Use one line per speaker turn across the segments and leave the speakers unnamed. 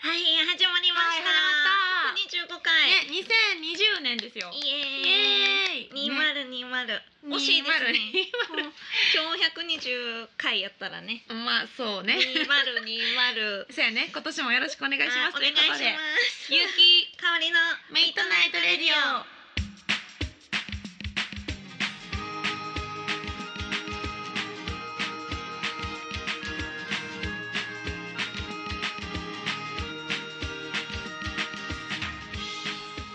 はい、始まりました。
はい
二十五
ね
回。、
2020年ですよ。
イエーイ。
エ
二
ね
0二0惜しいですね。今日百二十回やったらね。
2020まあそうね。
二0二0。
そうやね。今年もよろしくお願いします。ということで、
ゆうき、かおりのミッドナイトレディオ。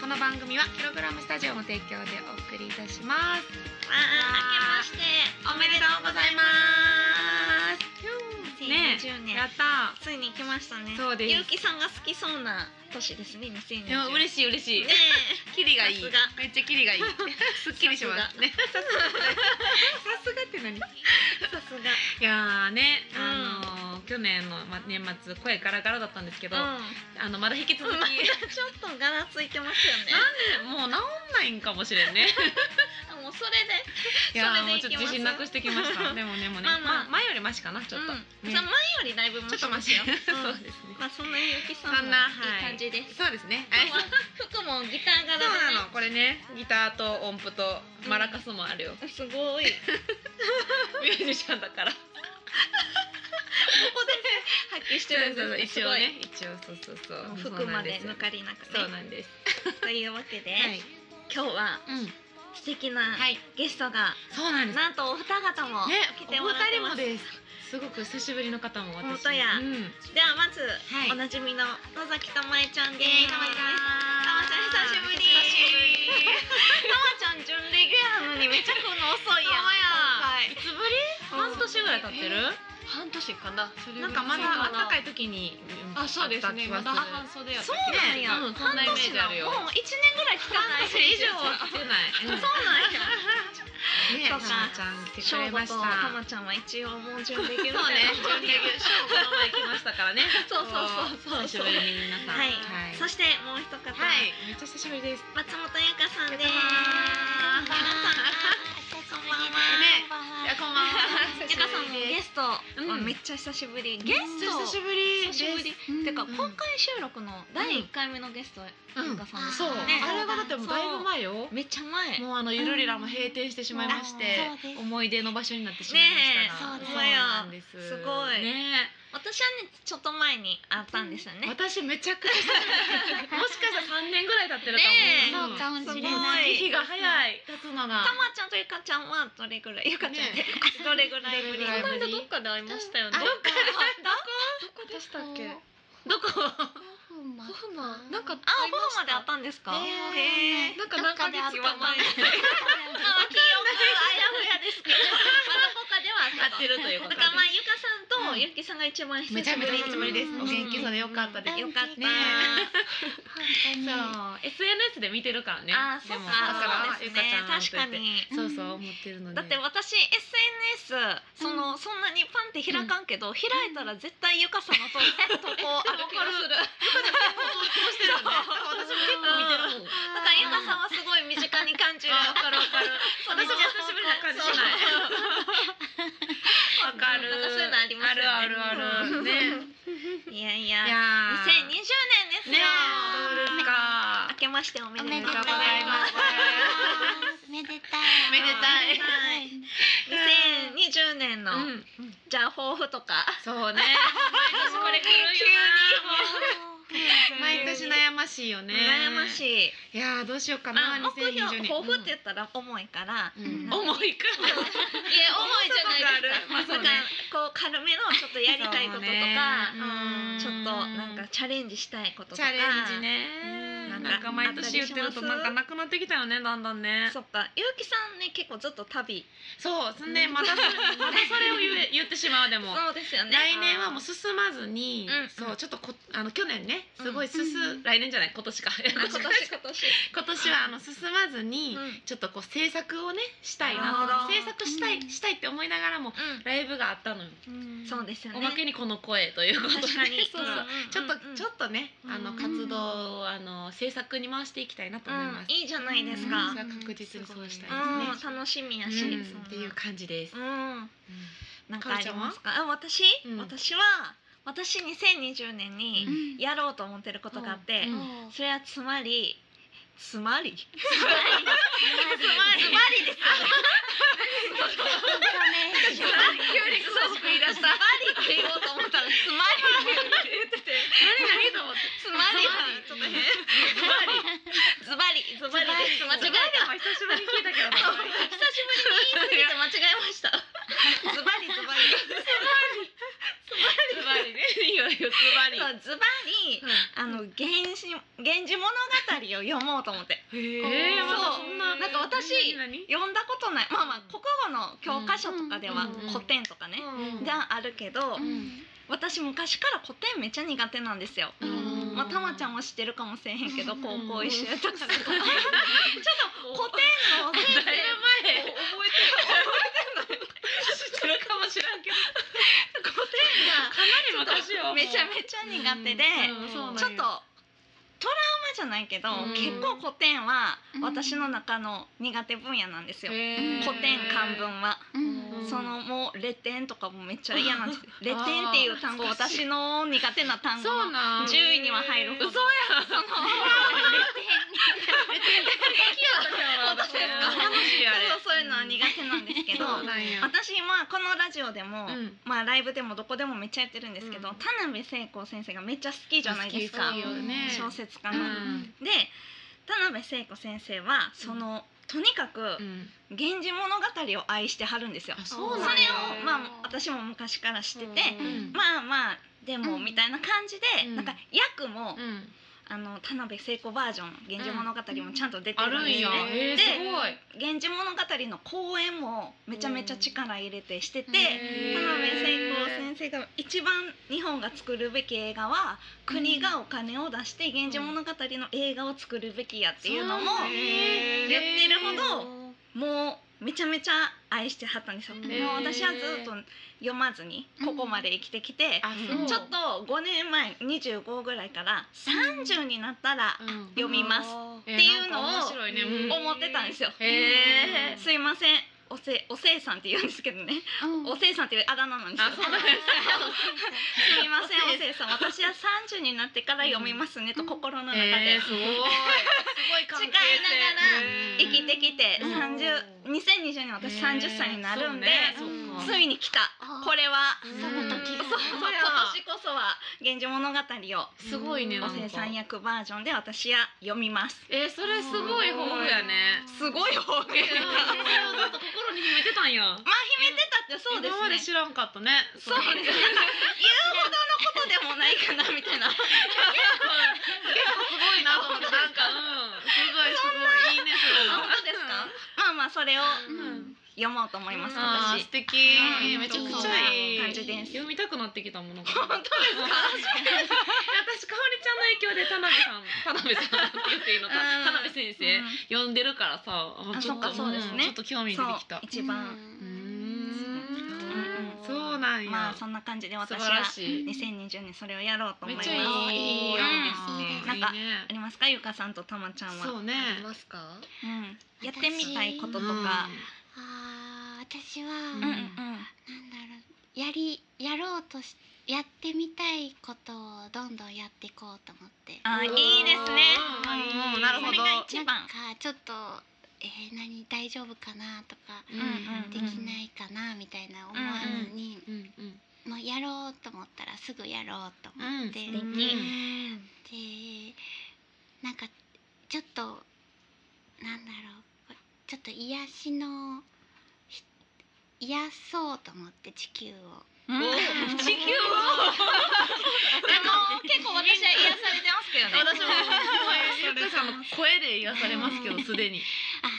この番組はキログラムスタジオの提供でお送りいたします。
あー、明けまして。
おめでとうございます。
ね
ね、、やった。
ついに来ましたね。
そうです
ゆうきさんが好きそうな年ですね。二千二
いや
十。
嬉しい嬉しい
ね。
キリがいい。
さ
め
すが
っちゃキ リがいい。すっきりしますね。さすがって何？
え、さすが。
いやーね、
うん
あのー去年のま年末声ガラガラだったんですけど、あ
うん。
のまだ引き続き、
まだちょっとガラついてますよね。
もう治んないんかもしれんね。
あもうそれで、
いやー
そ
も
れ
う
で
ちょっ
いき
と
ます
自信なくしてきま した。でもねもうね、
まあまあ
まあ前よりマシかなちょっと。
うん、
ね
さ前よりだいぶ
ちょ
マシま
っとマシ
す。よ。
そうですね
うん。まあそんなゆうきさ
そ
ん
ん
も
ない
い
はい
感じです。
そうですね。
今日は服もギター
そ
柄
う
で
な
ね
の。これねギターと音符とマラカスもあるよ、
すごい。
ミュージシャンだから
ここで発揮してるんですね。
一応ね一応そうそうそ
す
う
ごい。もう服まで
そ
抜
うなんです
かりなく
そう
ね。
なんです、
というわけで、
はい、
今日は
うん、
素敵な
はい
ゲストが、
そうなんです
なんとお二方も
ね、
来てもらってます。
お二人もです。すごく久しぶりの方も私。
本当や
うん。
ではまず、
い
おなじみの野崎たまえちゃんです。
たまちゃん
たまちゃん久しぶり。たまちゃん準レギュラーなのにめっちゃこの遅いやん。
いつぶり？
今回
半年ぐらい経ってる？
半年かな。それぐ
な
ら
ん
い
かまだ暖か
い。
い時に。ん
あ、そうですね。ま
あった
だ
気が
半袖やった
する
そうなんや。
ねうんそんなイメージあるよ
半年なんもう一年ぐらい来てな
半
い。
年以上は来て
そう
ない。
なんや。
ね、
そ
た
う
ま
か
ちゃん来て
し
く
ょ
れ
うご
まし
と
た。
たまちゃんは一応もう準レギュ
そ
ラ
うね
ー。、
準レギュ。ショーこの前来ましたからね。
そうそうそうそう
久しぶりに皆さん。
はい
は。い。
そしてもう一方、
はい、めっちゃ久しぶりです。
松本優香さんです。皆
ありがとうござい
さんこんばんは。
ね
い
いやこんばん は
ゆかさんもゲスト、
うん
あめっちゃ久しぶり。ゲ
ゲ
ス
スト
ト
久しぶり
久しぶり
うん
てか、
うん
公開収録の第一回目のゲスト、ゆかさんです
そう、
よね。
あれがだってもうだいぶ前よ
めっちゃ前。
もうあのゆるりらも閉店してしまいまして
あそうです
思い出の場所になってしまいましたが
ねえ
そうなんです
そうだよすごい
ね
私はねちょっと前に会ったんですよ
え
ね。
私めちゃくちゃ もしかしたら3年ぐらい経ってる
ねえ
かも
もしれ
うん
ない
月日が早い経つのが
たまちゃんとゆかちゃんはどれぐらいゆかちゃんで、
ね
どれぐらいぶり？
どれぐらいぶり
この間
ど
どっかで会いましたよね
ど。っか
どこでした
だっけ
ホ
どこ
ホフマ
フマンなんか
あ
あ、ホフまで会ったんですか？
へ
へ
え
ー
なんか何ヶ月
どっ
か
か
前
で会った前。まあ記憶あやふやですけど、まあどこかでは
合って
る。
るというこ
だ
とで
からまあゆかさんと
うん
ゆきさんが一番久
めち
し
ゃ
ぶ
めちゃ
り。
久しぶりですお元気そうでよかったです
よかった。
ね
本当に
そう SNS で見てるからね
あ、そっ
でも
か。
だから
そうで
ゆ
す
かちゃんと言っ
ね。確か
て
に。
そうそう思ってるのに
だって私 SNS その、そんなにパンって開かんけど、開いたら絶対ゆかさんのと投稿ある気がする。
してるよね私も結構見てるもん
だからゆかさんはすごい身近に感じる。
わかるわかる。
そう
私も久しぶりな感じしない。わかる。
なんかそういうのありますよね
あるあるある。ね。
いやい
い
や。
や
2020
ー。
年ですよ。
ね。どうですか
明。けましておめでと
お
う
めで
ご
とうござ
ざ
い
いま。
ますすおめでたい
おめでたい
はい
2020年の、
うん。
じゃあ抱負とか。
そう ね。
私これ来
るよ
うん
毎年悩ましいよね。
羨まし
い。
い。
いやーどうしようか
ま
な。
あ目標
2020年
抱負って言ったら重いから。
うん
うん
重いか。
いや重いじゃないですか。
まあそうね
なんかこう軽めのちょっとやりたいこととか、
そうねうん
ちょっとなんかチャレンジしたいこととか。
チャレンジ。ね
う。ん
なんか毎年言ってるとなんかなくなってきたよねだんだんね。
そっか、ゆうきさんね結構ずっと旅。
そう。そんでまたそれまたそれを言 え言ってしまうでも。
そうですよね。
来年はもう進まずに、
うん
そうちょっとこあの去年ねすごい進、
うん
来年じゃない今年か今
今
年
年 今年。
はあの進まずに、
うん
ちょっとこう制作をねしたい
なる
な
ほど
制作したい、
うん
したいって思いながらもライブがあったのよ、
うん、そうですよね。
おまけにこの声ということで
確か に
そうそうちょっと、ちょ
と、
っとねあの
うん
活動をあの制作に回していきたいなと思います、
うん、いいじゃないですか。う
うんん、確実にそうしたいですね、
楽しみやし、
うん
そんな
っていう感じです、
うん、なんかありますか？あ、私、
うん
私は私2020年に
うん
やろうと思ってることがあって、
うん
おう
それはつまりつまり
つ まり
つまりです
インカメーション
急に
そう言い出したつまりって言おうと思ったらつまり
言ってて何何と思って
つまりはちょっと変ズバリズバリです間違えた
久しぶりに聞いたけどな
久しぶりに言い過ぎて間違えま したズバリズバリ
ズバリねいいよいいよズバリ
そうズバリあの原始源氏物語を読もうと思って
へえまだそんな
なんか私
何
読んだことないまあまあ国語の教科書とかでは
うんうんうん
古典とかね
々うん
があるけど
うん
私昔から古典めっちゃ苦手なんですよ。
うん
まあ、たまちゃんも知ってるかもしれへんけど
うん
高校一周とかちょっと 古典の
こだいぶ
先生
前覚えてる知ってるかもしらんけど
古典
かなり昔
が
よ
めちゃめちゃ苦手で
うんそうなんや
ちょっとトラウマじゃないけど
うん
結構古典は私の中の苦手分野なんですよ
へー
古典漢文は。
うん
うん
そのもう「レテン」とかもめっちゃ嫌なんです 「レテン」っていう単語私の苦手な単語
そう
の
なん
10位には入るほど
嘘やん
その
私
私そうそういうのは苦手なんですけど
そうなんや
私まあこのラジオでも、
うん
まあライブでもどこでもめっちゃやってるんですけど、
うん
田辺聖子先生がめっちゃ好きじゃないです
好
か
きよね
小説家
う
の。
ん
で田辺聖子先生はその、とにかく
うん
「源氏物語」を愛してはるんですよ。
あ
そ
そう
れ
なんや
をまあ私も昔から知ってて、
うん
まあまあでも
うん
みたいな感じで、
うん
なんか役も、
うん
あの田辺聖子バージョン「源氏物語」もちゃんと出て
あ
るん
る
で
ん
す
や
ね。
へー
です
ごい
源氏物語の公演もめちゃめちゃ力入れてしてて、
へー
田辺聖子先生が一番日本が作るべき映画は国がお金を出して源氏物語の映画を作るべきやっていうのも
そうなんや
言ってるほどもうめちゃめちゃ愛してはったんですよ。
へ
も
ー
う私はずっと読まずにここまで生きてきて、
あそう
ちょっと5年前25ぐらいから30になったら
うん
読みます
って
っていうのを
面白いねうん
思ってたんですよ。
へー
すいませんおせおせいさんって言うんですけどねおせいさんっていうあだ名なんですよ
あそうなんや
すみません おせいさん私は30になってから読みますねと
うん
心の中
へ
で
ーすごいすごい関 係性
誓いながら
へ
生
ー
きてきて
うん
30 2020年私30歳になるんで、
へーそう
うん
ねそっか
ついに来た
あー
これは
うん
その時
そう
が
そう今年こそは「源氏物語」を
すごいねな
お
んか
せいさん役バージョンで私は読みます
えーそれすごい抱負やね
すごい方言
えーそれをずっと心に秘めてたんや
まあ秘めてたってそうです
今まで
ね
知らんかったね
そうですね言うほどの ことでもないかなみたいな
すごいなと思ってなんかうんすごいすごいいいね それ
あ
は
本当ですか。まあまあそれを
うん
読もうと思います、
あー素
私。
敵
うん
めちゃくちゃいい
感じです
読みたくなってきたものが
本当ですか。
私かおりちゃんの影響で田辺さん 田辺さんって言っていいのか
うん
田辺先生
うん
読んでるからさあ
あ
ちょ
そっ
っと
かそうですね
んちょっと興味出てき
そう
た
一番、
うーん
うん
そうなんや、
まあそんな感じで
素
私
晴ら
は
しい
2020年それをやろうと
め
思いま
っち
す。
ゃい
あ
い、
うん
いいですね
なんか
いい
り
ね
ますかゆかさんとたまちゃんは。
そううね
いますか
ん。やってみたいこととか。
あー私は、
うん
う
うんん
なんだろうやりやろうとしやってみたいことをどんどんやっていこうと思って
あー
うん
いいですね。
うんうんなるほど
それが一
な
番
ん。かちょっとえー、何大丈夫かなとか、
うん
うん
できないかなみたいな思わずに、
うんうん
もうやろうと思ったらすぐやろうと思って、
うん
で
う
なんかちょっとなんだろうちょっと癒しのひ癒そうと思って地球を
うん
お
で
地球を
も結構私は癒されてますけどね。
私もゆっかさんの声で癒されますけどすでに、
あ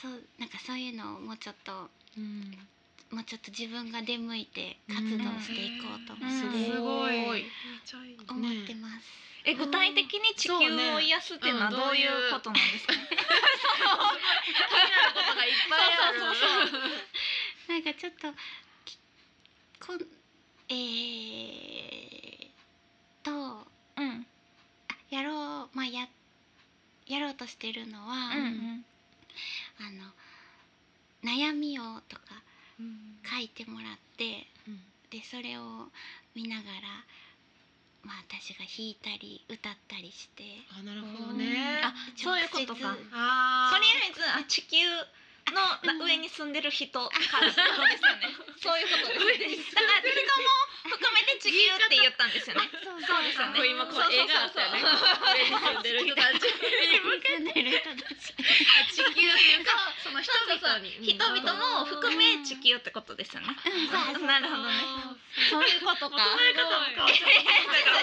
そうなんかそういうのをもうちょっともうちょっと自分が出向いて活動していこうと思
うん
っ
うん
て
すごい
うん
めっちゃいいね
思ってます、
え具体的に地球を癒すっていうのは
そ
ど
うね
ういうことなんですか。
気になることがいっぱいある
そうそうそう
なんかちょっときこんえー、とあ
うん
やろうまあややろうとしてるのは、
うん
あの悩みをとか
うん
書いてもらってでそれを見ながら、まあ、私が弾いたり歌ったりして
あなるほどね
あそういうことか
直接
あー
とりあえずあ地球の上に住んでる人からですよね。そういうことです、ね。だから人も含めて地球って言ったんですよね。
そう
そうですよね
これ今こ
そうそう
う映画あったよね上に住んでる人たち
住ん
地球
でる人たち
っていうかその人々に
人々も含め地球ってことですよね。
そう
なるほどね。そういうことか。
そういうことも変わっ
ち
ちゃっ
ょちょちょ地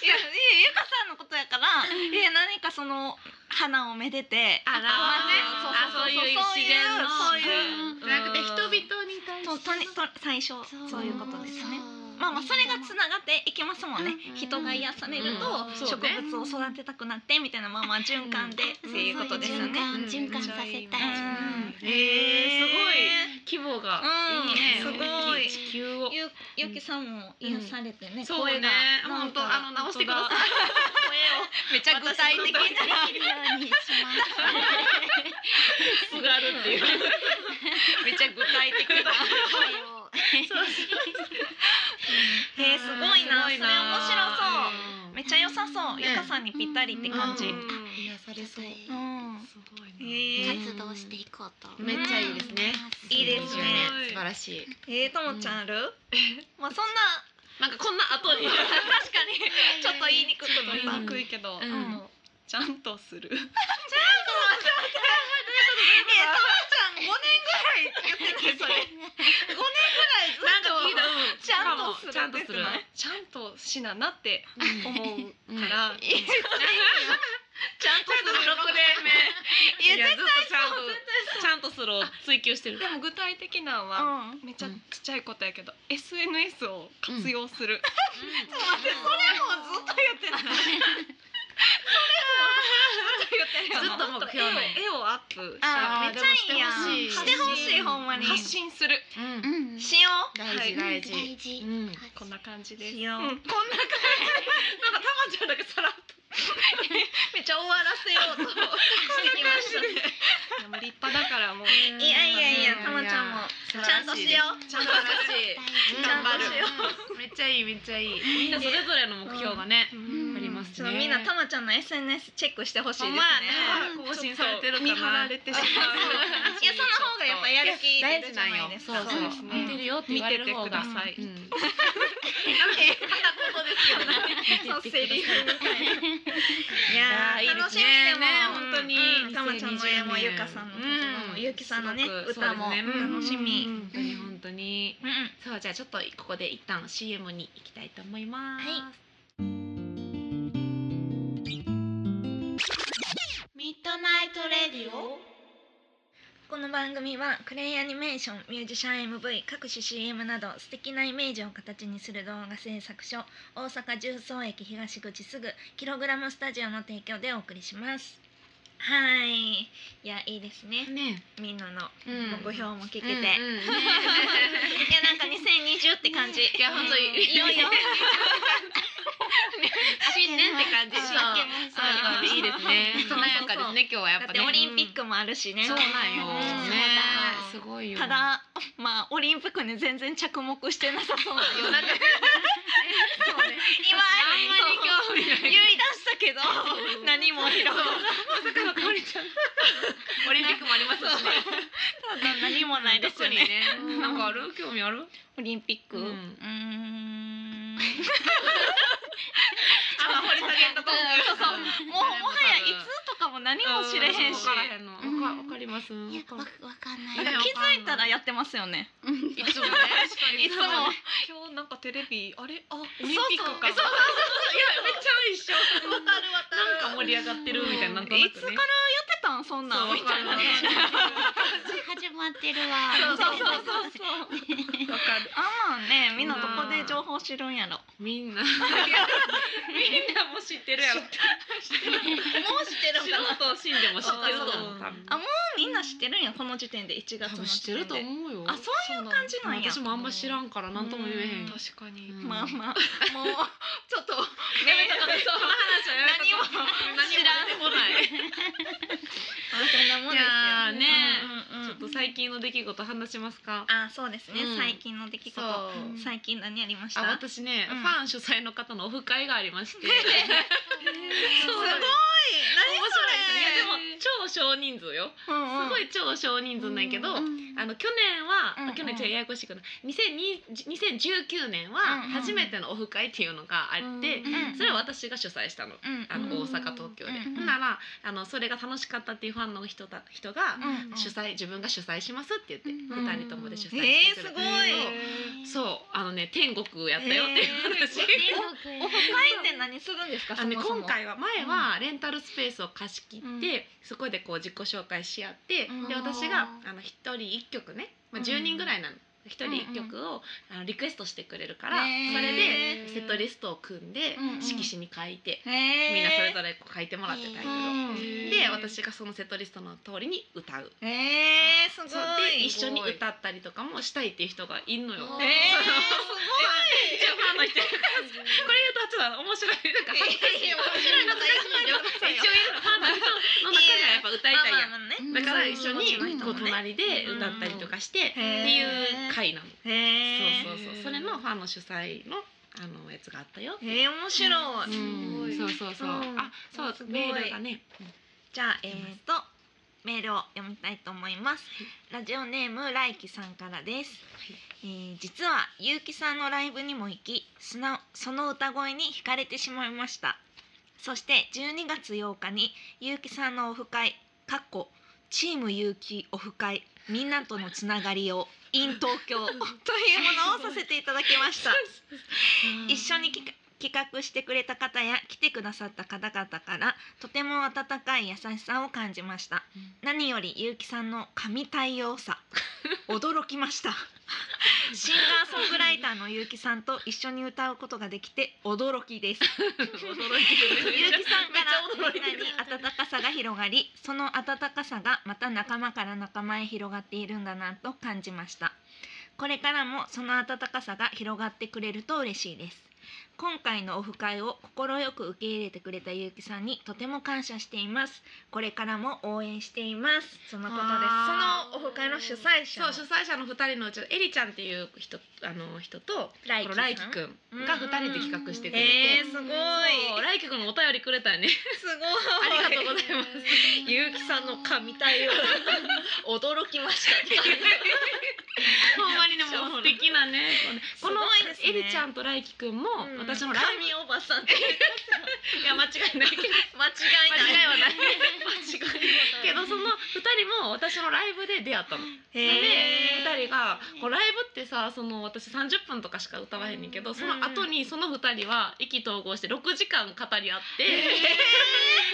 球いやゆゆかさんのことやから、いや何かその花をめでて
あなるほどねあそういう自然の
そういう
たじゃなくて人々に対
そういうそういうとと
して
にと最初
そう
そういうことですね。ま
ま
あまあ
あまあ
そ
そ
れ
れ
が
が
つ
つ
ながっていきますもんね
う。ん
人が癒される
うん
と
そ
植
うね
物を育てたくなってみたいなまあまあ循環でっていうことですよね。
うん循環させた い、
うん
えー、すごい規模が
うん
いいね、
すごい
地球を
ゆゆきさんも癒されてね。
そうね本当あの直してください
い。めっちゃ具体的な。
できるようにします
声をがあるっていう
めっちゃ具体的な。
声を
えー、すごいな。それ面白そう。
うん
めっちゃ良さそう。
ね
ゆかさんにぴったりって感じ。
う
うんん。
癒されそう
ち
う
ょっ
ん
すごいな、
えー
と活動していこうと思い
めっちゃいい
ま
ですす
ね
いいですね
素晴らしい
えー、ともちゃんある？まあそんな
なんかこんな後に
確かにちょっと 言いにくくなった。
言いにくい
けど
うん
うん
ちゃんとする
えー、ともちゃん五年ぐらい言ってないそれ。五年ぐらいずっと。なんか聞いたことある。ちゃんとする。
ちゃんとする。
ちゃんとしななって
思
思う
う
か
から
ち
ら、
ゃんとする。
六年目
いや
ずっとちゃんとちゃんとするを追求してる
でも具体的なんは、
うん。
めっちゃちっちゃいことやけど、SNS を活用する、
ちょっと待って、それもずっと言ってない。それもずっと言ってる
ず
よ
っ
な。
と目標ね
絵を絵をアップし
あ
た
ーめっちゃいいやん。
で
し
もしてほし
てほ
い
しい、ほんまに。
発信する
う
うん
ん
しよう。
大
はい
事大事
大事
うん
こんな感じです
しよう。
うん
こんな感じ。なんか、たまちゃんだけさらっと。めっちゃ終わらせようと。してきましたね。
でも立派だからもう
いやいやいや、たまちゃんも。ちゃんとしよう。
ちゃんとしい
大事
頑張る
よめっちゃいいめっちゃいいみんなそれぞれの目標がね
ん
あります
ちょっ
ね
とみんなたまちゃんの SNS チェックしてほしいです
ほん
ね。
まや
いいですね
ね更新されてるか
見張ら
な
れてしまう
いやその方がやっぱやる気出るじゃないですか。
そうそう
そう
見てるよって言われる方が
見ててください
うん
ことですよね。そうセリフみたいな。いやー楽しみでも、
本当に
うんたまちゃんの絵もゆかさんの言葉もゆきさんのね歌も楽しみ。うん
本当に本当に
うん
そうじゃあちょっとここで一旦 CM に行きたいと思います。
はい
ミッドナイトレディオ
この番組はクレイアニメーションミュージシャン MV 各種 CM など素敵なイメージを形にする動画制作所大阪十三駅東口すぐキログラムスタジオの提供でお送りしますはいいやいいですね
ね、
みんなの
うん
ご評も聞けて、
うんう ん
いや
ね
なんか2020って感じ
いや本当に
いよいよ
新年って感じ。
新
そう
年
そうそういいですね。
そう
華やかですね今日はやっ
だっ
ぱ
て
ね。
オリンピックもあるしね、
そうなんよ。
うん
ね
そ
す
うだ
ごいよ。
た だまあオリンピックに全然着目して なさそうなよなんか
そうね
今
あんまり興味
言
ない
い。出したけど何も広が
まさかのりちゃん。オリンピックもありますしね。
何もないですよね
特にねなんかある興味ある？
オリンピック
う
うんんん
あ、掘り下げたと
そうそうもうもはやいつとかも何も知れへんし
わからへんの。わか
うん
わかります。
いや
わ
わ
か
わ
る
かん
な
なんい
か気づいたらやってますよね
うん
いつもね。
いつも
今日なんかテレビあれあオリンピックか
そうそうそういやめっちゃ一緒わかるわかるなんか盛り上がってるみたいななんとなくね
いつからやってたんそんなんみたいなね
始まってるわ
そうそうそう
そうそう
そう
わかる
あまあねみんなどこで情報知るんやろ
みんなみんなも知ってるやろ
もう知って
素人死んでも知ってると思う多分
あもうみんな知ってるんやこの時点で1
多
月の
分知ってると思うよ
あそういう感じなんや
私もあんま知らんから何とも言えへん
確かに、
うん
まあまあもうち ょっと
やめとこうその話はやめとこう
何も
何も出てこない
あそんなもんですよ
いやーね
うんうんうん
ちょっと最最近の出来事話しますか
あそうですね、
うん
最近の出来事
そう
うん
最近何ありました
あ私ね、
うん
ファン主催の方のオフ会があり まし
す
て
ごい何
面
そ
白いですいやでも超少人数よ、
れ、うんうん
すごい超少人数なんやけど、あの去年は、
うんうん
去年じゃややこしくない2020 2019年は
うんうん
初めてのオフ会っていうのがあって、
うん
それは私が主催したの。
うん
あの
うん
大阪東京で、
うん
ほんならあのそれが楽しかったっていうファンの人た人が
うんうん
主催、自分が主催しますって言って、
うん
二人ともで主催してくれ
えー
て
すごい
そうあのね天国やったよっていう話、
えーオフ会って何するんですか
あ
そ
のね
もそも
今回は前はレンタルスペースを貸し切って、
うん
そこでこう自己紹介し合って、
うん
で私があの一人一曲ね、まあ、10人ぐらいなの。一人一曲を、あのリクエストしてくれるから、
へー
それでセットリストを組んで、
うんうん
色紙に書いて、
へー
みんなそれぞれこう書いてもらってたんやけど、
うん
で私がそのセットリストの通りに歌う
えーすごい
そうで一緒に歌ったりとかもしたいっていう人がいんのよ。
お
えー
ー
一応ファンの人やからこれ言うとちょっと面白いなんか恥ずかしい
いやいや
面白いなとか言うけど一応言うのファンの人の中にはやっぱ歌いたいやん
まあまあまあね
うん
だから一緒に
うん
こう隣で歌ったりとかしてって
へー
いう会なの
へー
そうそうそうそれのファンの主催のあのやつがあったよ
えー面白い、
う
す
ん
ご
そ
い
そう
う
そう
うん
あそう
すごい
メールがね
じゃあえっ、とメールを読みたいと思います、ラジオネーム来輝さんからです、えー実は結城さんのライブにも行きそのその歌声に惹かれてしまいましたそして12月8日に結城さんのオフ会かっこチーム結城オフ会みんなとのつながりを in 東京 というものをさせていただきました一緒に企画企画してくれた方や来てくださった方々からとても温かい優しさを感じました、
うん
何より結城さんの神対応さ驚きましたシンガーソングライターの結城さんと一緒に歌うことができて驚きです
驚いてるね
結城さんからみん
めっちゃ驚い
な
てる
に温かさが広がりその温かさがまた仲間から仲間へ広がっているんだなと感じましたこれからもその温かさが広がってくれると嬉しいです今回のオフ会を快く受け入れてくれた結城さんにとても感謝していますこれからも応援していますそのこと
あ
ですそのオフ会の主催者
そう主催者の二人のうちエリちゃんっていう人あの人と
ラ
このライキ
ん
くんが二人で企画してくれ
え
て
ー、すごい
そうライキくんお便りくれたよね
すごい
ありがとうございます
結城さんの神対応驚きました
ほんまにでも素敵なねこの
すごいですね
エリちゃんとライキくん
う
も
ん
私のライブ
神おばさんって
いや間違いないけど
間違い
間
ない
違いはない
間違い
けどその二人も私のライブで出会ったの。
へ
で
え
2人がこうライブってさその私30分とかしか歌わへんねんけどその後にその2人は意気投合して6時間語り合って、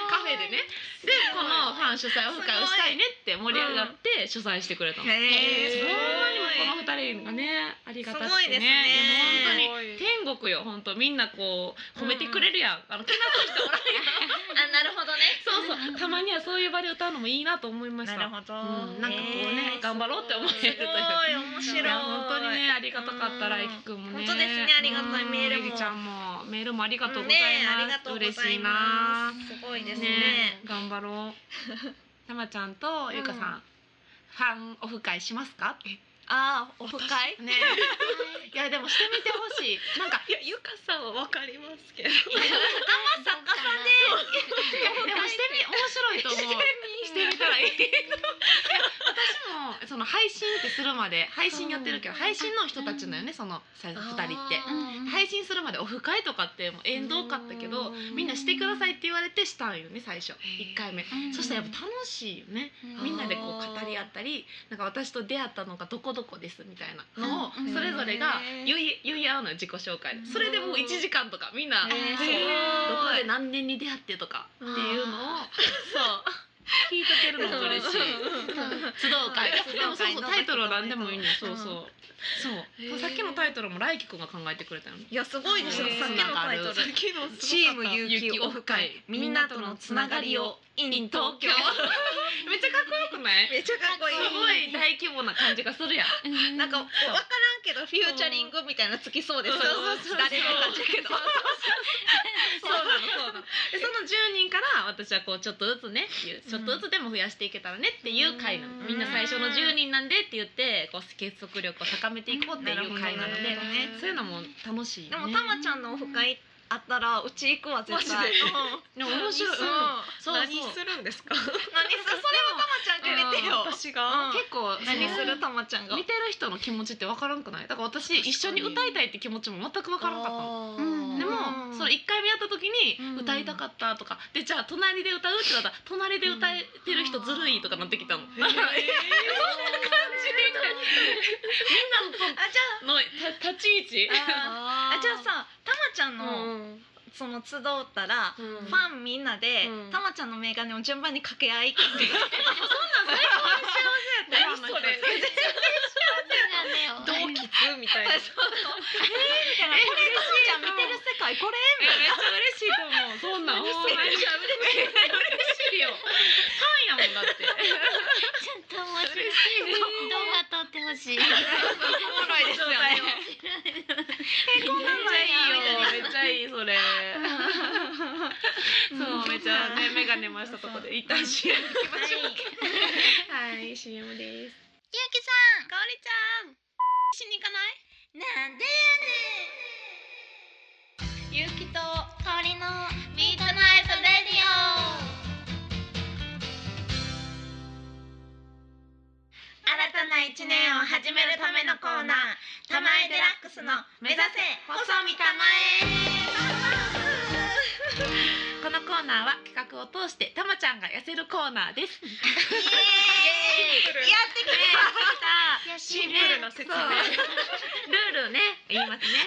カフェでねでこのファン主催オフ会をしたいねって盛り上がって主催してく れたの。
へえ
そん
すごい
なにもこの二人がねありがたくてね
すごいですね
いや本当に天国よ本当みんなこう褒めてくれるやん、あのけなす人おらんやん
あなるほどね
そうそうたまにはそういう場で歌うのもいいなと思いました
なるほど
うん、なんかこうね、頑張ろうって思えるというか
すごい面白い
いや本当にねありがたかったらいきくんも
本
ね
当ですねありがたい
うん
メールも
りりちゃんもメールもありがとうござい
ねあり
ま
が
す、
とうござい
嬉
ます
しいな
すごいですね
頑 張ろうたまちゃんとゆうかさん、ファンオフ会しますか
あーオフ会
ねいやでもしてみてほしいな んか
いやゆかさんはわかりますけど
でもしてみ面白いと 思うしてみたらいい私もその配信ってするまで配信やってるけど配信の人たちのよねそのさ二人って配信するまでオフ会とかってもう縁遠かったけどみんなしてくださいって言われてしたんよね最初1回目そしたらやっぱ楽しいよねみんなでこう語り合ったりなんか私と出会ったのがどこどこですみたいなのを
うん
それぞれが
へー
言い言い合うのよ自己紹介でそれでもう1時間とかみんな
へー
そうどこで何年に出会ってとかっていうのをそう聞いとけるのも嬉しい。 集う会でもそうそうタイトルは何でもいいのよそうそうそう、さっきのタイトルも来輝くんが考えてくれた の
いやすごいですよ
へー
さっきのタイトル
つながる
チーム有機オフ会みんなとのつながりを in 東京
めっちゃかっこよくない
めっちゃかっこい
す
い
ごい大規模な感じがするやん
なんかわからんけどフューチャリングみたいなつきそうですよ
うんそうそうそう
誰の感じけど
そうなのそうなのでその10人から私はこうちょっとずつねっていうちょっとずつでも増やしていけたらねっていう回なの、
うん
みんな最初の10人なんでって言ってこう結束力を高めていこうっていう回なので、
うん
そういうのも楽しい、ね、
でもたまちゃんのオフ会あったらうち行くわ絶
マ
対
ジで
うん
でも面白い、うん、そうそう
るんですか
何すそれをたまちゃん決めてよ
私が
結構
何
そ
す
の
るたまちゃんが
見てる人の気持ちって分からんくないだから私一緒に歌いたいって気持ちも全く分からんかったの
ーうん
でも
うん
その1回目やった時
うん
に歌いたかったとかでじゃあ隣で歌うってなったら隣で歌えてる人ずるいとかなってきたの。だからえ
あじゃ
のた立ち位
あ
置
あ
あ
あじゃあさたまちゃんの、
うん
その集ったら、
うん
ファンみんなで、
うん
たまちゃんのメガネを順番に掛け合いって言って
何それ
そうなんだよ。
つみた
えー、みたいなこれたまちゃん見てる世界これ
えめっちゃ嬉しいと思うそんなんほんまにめっちゃ嬉しいよファンやもんだって
ちょっと面白い。動画撮ってほしい。
おもろいですよね
えこんなんなんやめっちゃいいよめっちゃいいそれ そうめっちゃねメガネ回したとこで一旦 CM 行きましょう
はい CM で
ゆう
す
きさん、かおりちゃん、しに行かない？なんでやねん。ゆうきとかおりのミートナイトレディオ。
新たな 一年を始めるためのコーナー「たまえデラックスの目指せ細見たまえ
このコーナーは企画を通してたまちゃんが痩せるコーナーです。
イエーイやってき
いや
シンプルな説明
ルールね言います ね。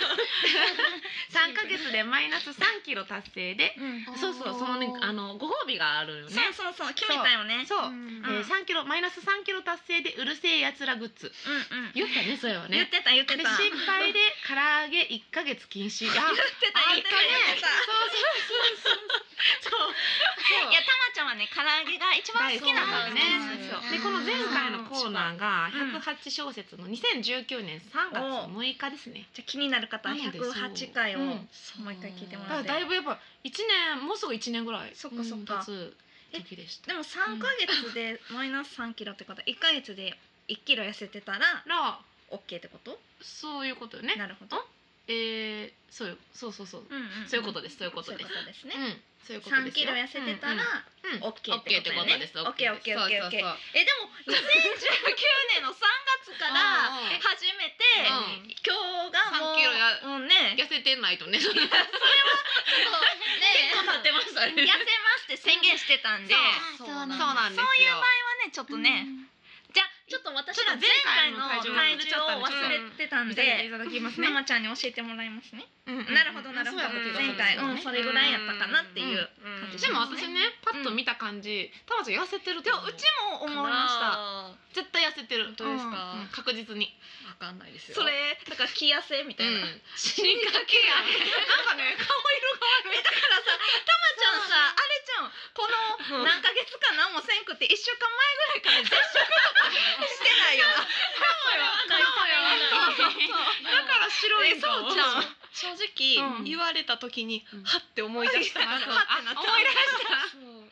三ヶ月でマイナス三キロ達成で、
た、
そうそうそのねあのご褒美があるよね。
そうそうそう決めたよね
そう。
うん
えー三キロマイナス三キロ達成でうるせえやつらグッズ
うんうん
言ったねそれは
言っ
ね。
てた言って
で
た
失
言って
敗で唐揚げ一ヶ月禁止。あ、言った
言ってた言ってた
そうそうそうそう。そう
いやたまちゃんはね唐揚げが一番好きなの
よ
よ
ね
ね
そう
でこの前回のコーナーが108小節の2019年3月6日ですね。
じゃあ気になる方は108回を
うん
もう一回聞いてもら
だか
っ
ら
て
だいぶやっぱ1年もうすぐ1年ぐらい
そっかそっか
うん経つ時でした。
でも3ヶ月 でマイナス3キロってことは1ヶ月で1キロ痩せてたら
ら
OK ってこと
そういうことよね。
なるほど
えー、そうよそうそうそう。
うんうん
そういうことですそういうことです
そういうことです
う
ね
ん、そういうことです
3キ
よ。
ロ痩せてたら
うんうんうん
OK っ
オッケー
て
って
こと
こ
だ
と
よね
です。
OK OK
そう
OK
そう
OK
そう
えでも2019年の3月から
うんうん
始めて
うん
今日がもう
3キロや
うんね
痩せてないとね。 結構
ね
経ってましたね。
痩せますって宣言してたんで
そ
そう
そう
そうな
なんだ。
んです
い
よ。
う場合はねちょっとね、じゃあちょっと私ら前回の体重を忘れてたんで、
いただきますね
マ。マちゃんに教えてもらいますね。な
な
るほどなるほど。
うん
前回うんそれぐらいやったかなっていう感じし
で
ま
も
す
私
ね。
ねパッと見た感じ、たまちゃん痩せてる
で
と
もうちも思
思う
いました。
絶対痩せてる
本当ですか
うん確実に
わかんないですよ
それだから気痩せみたいな。
死にかけやなんかね顔色が悪い
だからさ、たまちゃんさ、あれじゃん、この何ヶ月か何もせんくって一週間前ぐらいから絶食とかしてないよな。
そうそうだから白いんか
そうちゃん。
正直、
うん
言われた時に、
うん
はって思い出した
あ
から、
そう
は
あ思い出し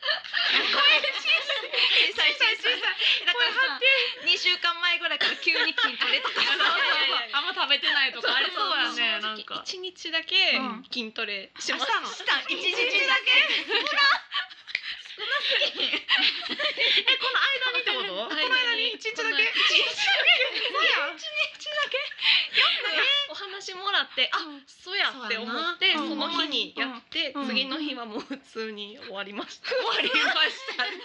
小さ
た
い小さい。だからさ、二週間前ぐらいから急に筋トレとかさ
あそうそうあんま食べてないとかありそうやね
正
なん
直
か
一日だけ
うん
筋トレし
明
ま
日
し
の
し
た一日だけ
えこの間にってことこの間に一日だけそうやん
お話もらってあ、
うん
そうやって思って
そうやな
その日にやって、
うん
次の日はもう普通に終わりました、
終わりましたでも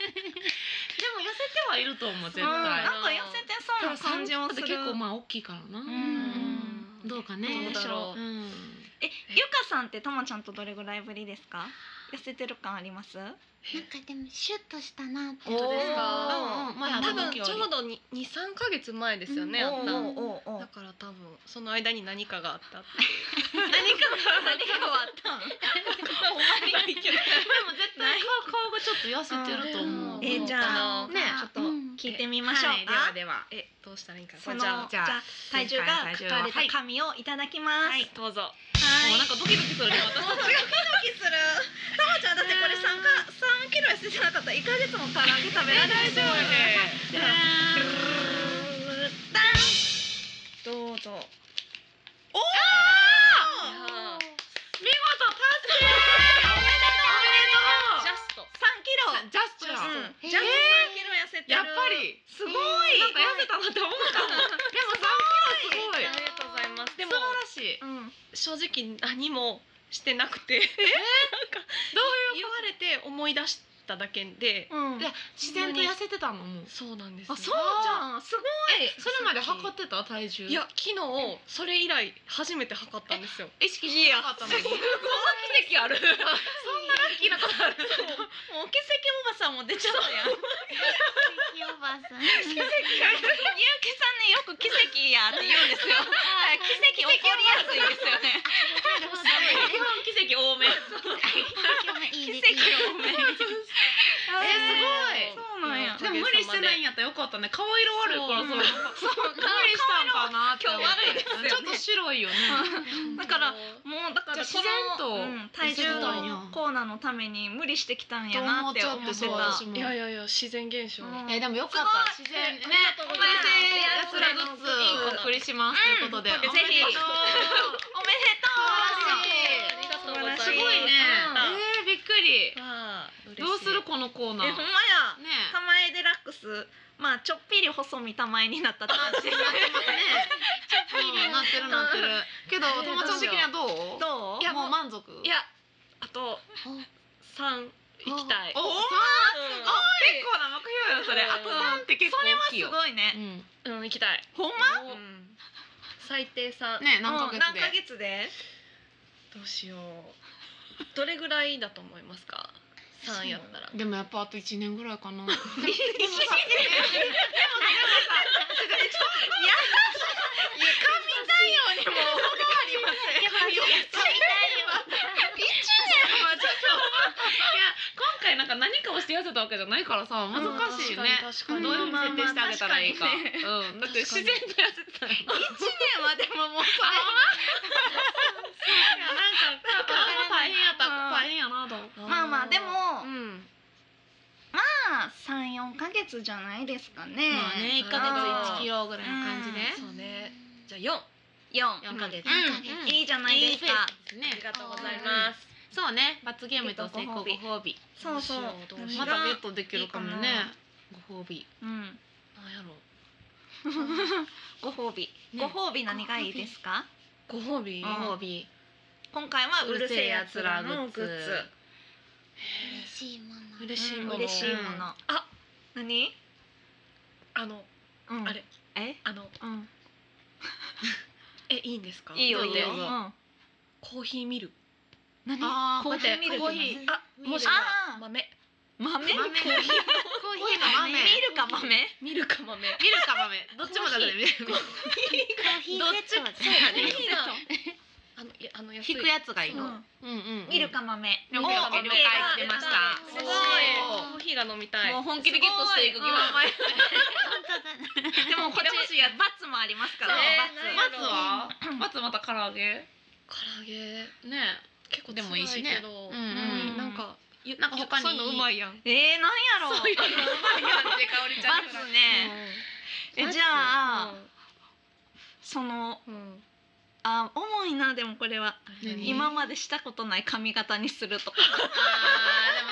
痩せてはいると思う絶対
うんなんか痩せてそうな感じもする
結構まあ大きいからな、
ん
どうかね
どうだろ
う
うん
え、ゆかさんってたまちゃんとどれぐらいぶりですか痩せてる感あります
なんかでもシュッとしたなって。
本当で
うん
すか
うん、前あっ
多
た時
分ち
より
ょうどに二三ヶ月前ですよね、
お
あ
う
った
おうおうおう
だから多分その間に何かがあった って
何か何かはあったん
終わりないけど
でも絶対顔顔がちょっと痩せてると思う
えーじゃあ
ね
ね
ちょっと聞いてみましょう
はい、で
か
はではえどうしたらいいかな
その
じ
じゃ
ゃ
あ
あじゃあ
体重が書かれた紙をいただきます。
はいどうぞ、
はい
もうなんかドキドキするね私たちが
ドキドキする。たまちゃんだってこれ三か三キロ痩せてなかったら一ヶ月も唐揚げ食べられない
大丈夫ね
じゃあダンどうぞ。おお。
見事達成おめでとうおめでとう
スト
三キロ。
ジャストやん
うん
えー
ジャンプ三キロ痩せてる。
やっぱ。りすごいなんか痩せたなって思うかもでも3キロすごい
ありがとうございますで
素
も
晴らしい
うん。
正直何もしてなくて
どういう
言われて思い出しただけで
うん。
いや自然と痩せてたのもう
そうなんです
あ
よ
そうじゃん。すごい。
えそれまで測ってた体重
いや昨日それ以来初めて測ったんですよ
意識してなかったの にそんな
奇跡ある
ラッキーなことある
もうおけせきおばさんも出ちゃったやん。いや
キおばさん。
うけさんねよく奇跡やって言うんですよ。 はい奇跡起こりやすいですよね。基本奇跡多め。
いい
奇
で
跡
す。
多め。
えすごい
そうなんや。
でも無理してないんやったらよかったね顔色悪いからそう
そう
無理したんかなって思っ
顔色今日
て
悪いですよね
ちょっと 白いよね
だからもうだから
じゃあ
このうん体
自然
重
と
コーナーのために無理してきたんや
と
な
思
っ
ってちゃ
思
っ
ってて
そう
た。
私も
いやいやいや自然現象
うん
えーでもよかった自然ね
ありがとうございます
これでやつらずつお送りしますということで
うんぜひ
おめでとう
おめでと
素晴らし
素晴らし
いすごいね
うん
えーびっくり
あー
どうする
嬉しい
このコー
う
ナー
え
ね
ほんまや。
え
玉江デラックスまあちょっぴり細身玉江になった感じ。
うんなってるなってるけど
うん
友ちゃん的にはどう
どう？
いやもう満足
いやあと三行きたい
おお
うん
すごい結構な目標よそれ
うん
あと三って結構大
そ
きい
れ
よ
はすごいね。
うん
うん行きたい
ほんま？
おうん最低三
ね何ヶ
うん
月で
何ヶ月で？
どうしようどれぐらいだと思いますか三やったら
でもやっぱあと一年ぐらいかな
いやもうわかりません。
今回なんか何かをして痩せたわけじゃないからさ難しいね
確
ど
か
う
に確かに
いうふうに設定してあげたらいいか
まあまあまあ確
うんだって自然と痩せてたよ
一年はでももうそれ
いやなんかパパも大変やった
うん
大変やなと思って
まあまあでも
うん
まあ三四ヶ月じゃないですかね。
まあね一ヶ月一キロぐらいの感じで
うん
そうねじゃあ四
四。
四ヶ月
うん
いいじゃないですか。
すね
ありがとうございます
そうね罰ゲームと成功ご褒美
そうそう。
どうしようどうし
ま
よう
だゲットできるかもね
いいか
ご褒美
うん。
なんやろ
ご褒美。ご
ね
褒美何がいいですか？
ご褒美
う
ご
ん
褒美
今回はうるせえやつらのグ
う
ッ
るせえやつ
ズ
ら。
嬉しいもの。
嬉しい
うん
もの
嬉しいもの。
あ、
何？
あの
うん
あれ。
え
あの
うん。
えいいんですか
いいよ
ど
いうい
ぞ
よ。
どうぞ
うん
コーヒーミルク
何？
あー
コーヒーミルク
こうやってコーヒー
あもしく
あー
は豆
豆。
豆コーヒーの豆
見るか豆。
ミルク豆
見るか豆どっちもだね
コーヒ ーセットです。
いいなあのいやあの安い
引くやつがいい
うん
のうんうん
見るか豆。
お
見
了
るか
解
豆
来てました
す
す
ごい
ごいコーヒーが飲みたい
もう本気でゲットしていく気満々
本当だ。
でもこれ欲しいや罰もありますから。
そう
まずはまずまた唐揚げ
唐揚げ
ね
結構
でもいいし
辛
ね
けど
う
うん
ん
なんかゆ
なんか他に
そういうのうまいやん
ええなんやろう。
う香りちゃん
罰ね。えじゃあその
うんうん
あ重いなでもこれは
何
今までしたことない髪型にするとか
あーでも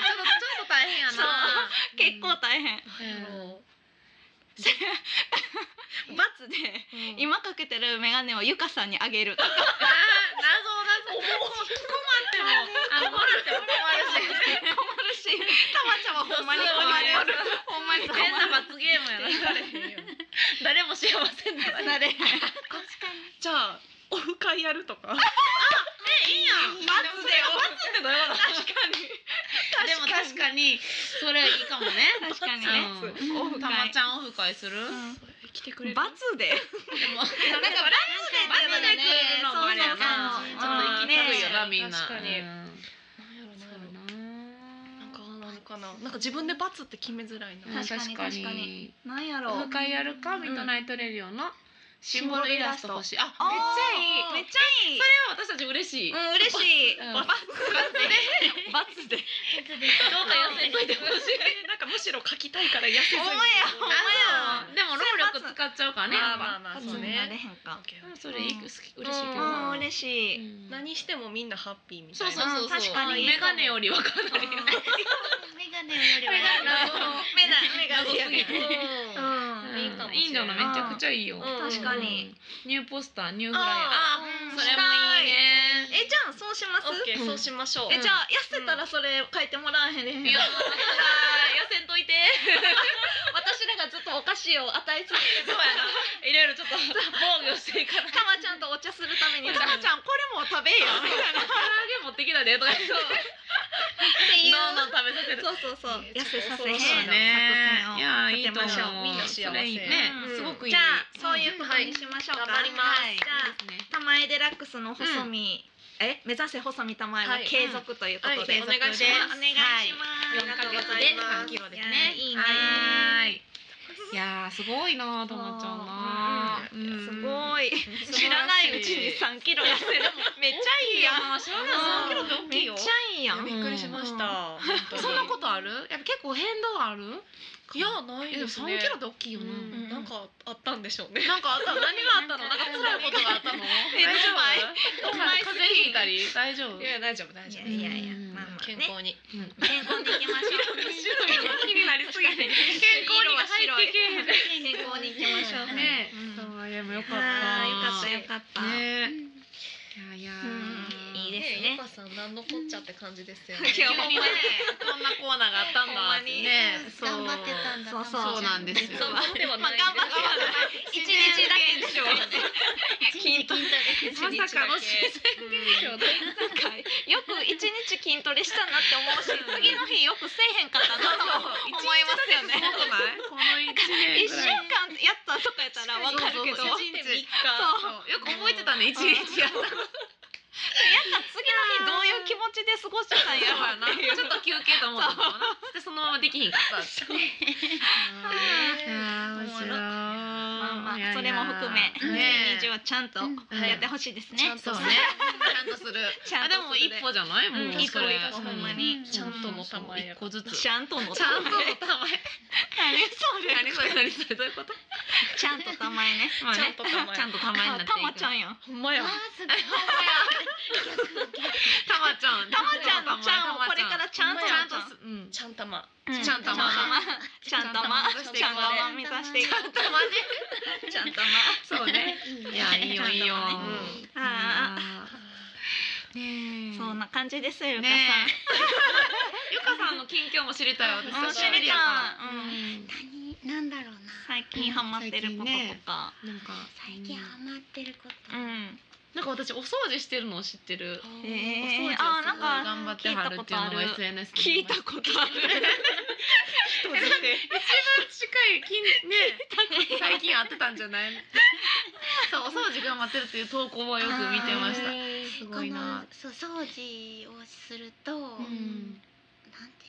ちょっとちょっと大変や
そう
な
結構大変。
何やろ
罰で
ううん
今かけてるメガネをゆかさんにあげるとか。
あー謎謎困ってもあの困っても困るし
困るし、たまちゃんはほんまに困る。ほんまに困
変な
る。
罰ゲームやな誰も幸せにな
なれへん。
確かに。
じゃあオフ会やるとか
いいやん罰で
罰ってどういうこと？確かに。
でも確かにそれいいかもね
確かにね。
う
オ
ん
フ会
たまちゃんオフ会す
う
るでも
ん
来てくれる
罰で。
なん
なんかラジオ
か
で
バナナ来るのもあれやな
そうそうそう
ちょっと行きにくいよな
うん
みんな
確かに
うん
なんやろ
そ
な
うやな
なんかあるのかな
なんか自分で罰って決めづらいな
確かに確か
に
なんやろう
オフ会やるか
ん
ミッドナイトレディオのシンボルイラスト欲しいあめっちゃいいめっち
ち
ゃ
ゃいい
私たち嬉しい、
うん嬉しい
うん
罰罰で
どうか寄せといてほしい
なんかむしろ書きたいから痩せずに
ほんま
や
でも労力使っちゃうからね
ま
や
あ
っ
まあ
ぱ
まあ
うん
そうね
な
れへんか
でもそれいい
うん
好き嬉しいけ
う
ど
ん
な
うん嬉しい
うん
何してもみんなハッピーみたい
そう
な
そうそうそう
確かに
メガネよりわかんないよ
メガネよりは
目が目が
謎すぎる
うん
うん
いいかもしれない
インドのめちゃくちゃいいよ
うん
確かに
うんニューポスターニューフライ
あ
あ
ー
ー
うん
それもいいね
えじゃあそうします
オッケーそうしましょう
えじゃあ痩せたらそれ書いてもらわへんねん
いやー痩せんといて
私らがずっとお菓子を与え続けて
そうや ないろいろちょっと防御していかない
たまちゃんとお茶するために
お茶
ちゃんこれも食べよ
唐揚げ持ってきたでとか言ってど
ってい
んどん
う
食べさせる
そうそうそう痩せさせへん
そうだ
ね
作戦
い
を
やーいいと思
立てましょ
う
うみんな幸せ
それいいね
うん
すごくいい
じゃあそういうことにしましょうか
うんはい頑張ります
はいじゃあ
ですね
玉江デラックスの細身、え目指せ細身玉江は
はい
継続ということで、
はいお願いします
お願いします、
はい
ありがとうございます
四ヶ月で三キロです
いや
ね
いいね
はーいいやーすごいなともちゃんな
うん
うん
すごい知
素晴らしい
らないうちに三キロ痩せるめっちゃいいやん
あ知らない3キロって大きいよ
めっちゃいいやん
うん
びっくりしました本当に
そんなことあるやっぱ結構変動ある
いやない
えでも
です
3
ね
キロって大きいよな
うんなんかあったんでしょうね
なんかあった何があ ったのなんか辛いことがあったの
え
大丈夫
お前
風邪ひいたり大丈夫
いや大丈夫大
い
丈
や
夫
いやいや
うん
まあまあ
健
ね
康に
健康にいきましょう
白いの気になりすぎて健康にが入ってけえへん
健康にいきましょう
ね
うん
そうあやもよかった
あーよかったよかった、
ね
うん
いやいや
うんいいですね
ゆかさん何のこっちゃって感じですよね
急にねこんなコーナーがあったん
ほんま
だって
に
ねそう
頑張ってたんだ
そうそう
そうなんですよ
実はでは
まあ
ない
頑張って一日だけで
自
すよ
然
ね
筋トレ
まさかの自然
現象で
なんかよく一日筋トレしたなって思うし 次の日よくせえへんかったなと思いますよね
すごくないこの一年
一
ぐ
週
らい
間やったとかやったらわかるけど
そうそうそう
次の日
一日
そうよく覚えてたね一日やった
どういう気持ちで過ごしてたんや
やば
ろ
いなちょっと休憩と思ったもんなでそのままできひんかったっていやー面白い
まあま
いやい
あ
や
それも含め
ね
2020はちゃんと
うん
やってほしいですね
ちゃんと
そう ねちゃんとする
ちゃ
あ
ん
で
と
も
す
一
る
歩じゃないも
うん
う
一歩
それ
一歩ほんまに
う
ちゃんとの玉や
一個ずつ
ちゃんとの
ちゃんとの
何
玉や
それ
何それ何それどういうこと
ちゃんと名前ね
まあ
ちゃ
ね
んと玉
ちゃんと玉になっていく
たまちゃんやん
ほんまや
あすごい
たまちゃん
たまちゃんのちゃんをこれからちゃんと
ちゃんと
す
すうん
ちゃん 玉
うん
ちゃ んたま
ちゃんたまちゃんたま目指していこうちゃんたま
そうね いやいいよいいよ
うんあ
いやーね え
そんな感じですよゆか
ね
さん
えゆかさんの近況も知りたい私
うん
久しぶりやから
知
何なんだろうな
最近ハマってることとか
うんなんか
最近ハマってること
うん
なんか私お掃除してるのを知ってる
え
お掃除をする
ーあーなんか
頑張ってはるって
聞い
いうのを
たことある
SNS で
聞いたことある
一番近い近ね最近会ってたんじゃないそうお掃除頑張ってるっていう投稿はよく見てました
あ
す
こ
ごい
の
な
そう掃除をすると、
う
なん
ん
て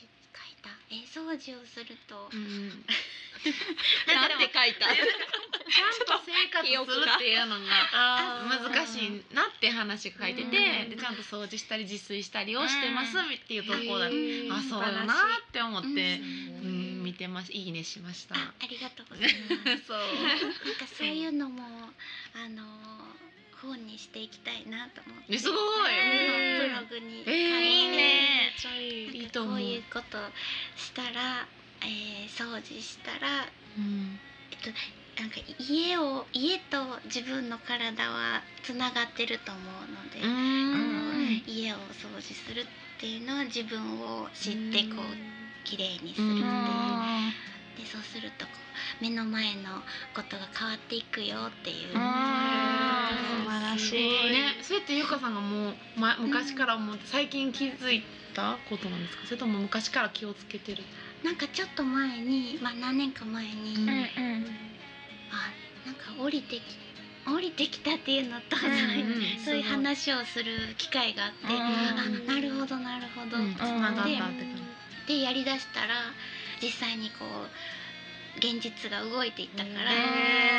書いたえ掃除をすると
うん
なんて書いた
ちゃんと生活するっていうのが
あー
難しいなって話が書いてて
うん
でちゃんと掃除したり自炊したりをしてますっていう投稿だっ
へ
ー
たあそうだなって思って
う
うんん見てますいいねしました
あありがとうございま す
そう
なんかそういうのもあの本にしていきたいなと思って
えすごい
うんブログに書いて、
えーいい
ね
めっちゃいい
いい
な
と
んか
思う
こういうことしたら、えー掃除したら
うん
なんか家を家と自分の体はつながってると思うので、
うん
家を掃除するっていうのは自分を知ってこう綺麗にするっていうう、
ん
でそうするとこう目の前のことが変わっていくよっていう、
あ
ー
素晴らしい
ね、そうやってゆかさんがもう、ま、昔から思って最近気づいたことなんですかそれとも昔から気をつけてる
なんかちょっと前に、まあ、何年か前に、
うん
あ
ん
なんか降りてき降りてきたっていうのと、そう
うん
いう
うん
そういう話をする機会があって、
うん
あなるほどなるほど、
うんつながったって感じ
ででやりだしたら実際にこう現実が動いていったから、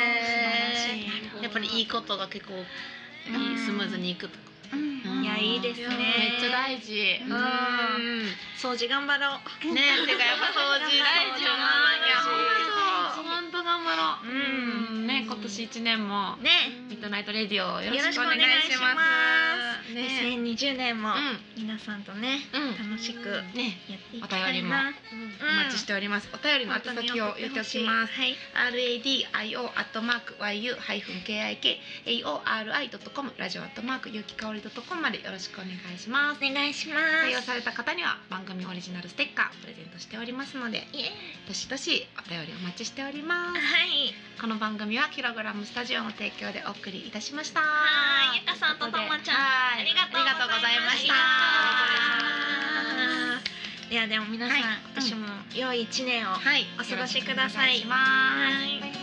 へ
素晴らしい
やっぱりいいことが結構
うん
スムーズにいくとか
うん
うん
いやいいですね
やめっちゃ大事
うん
うん
掃除頑張ろう
ねてかやっぱ掃除大事よないや本当本当頑張ろう
う
うんね今年一年も
ね
ミッドナイトレディオよ
よろ
ろ
し
し
くお
くお
願
願
い
い
し
し
ま
ますすね
2020年も
う
皆さんとね
んうん
楽しく
ね
やっていきたいな
うん
お待ちしておりますお便りの宛先を言っておきます
はい
radio アットマーク yu ハイフン kik aori ドットコムラジオアットマークゆきかおりドットコムまでよろしくお願いします。
お願いしま
採用
す
された方には番組オリジナルステッカープレゼントしておりますので、どしどしお便りお待ちしております。
はい
この番組はキログラムスタジオの提供でお送りいたしました。
はいゆかさんとともちゃん
は
あ
い
りがとうございました
ありがとうございまし
ではでは皆さん
はい
今年も良い一年を
たはい、
お過ごしください
よろしくお願
は
いします。
い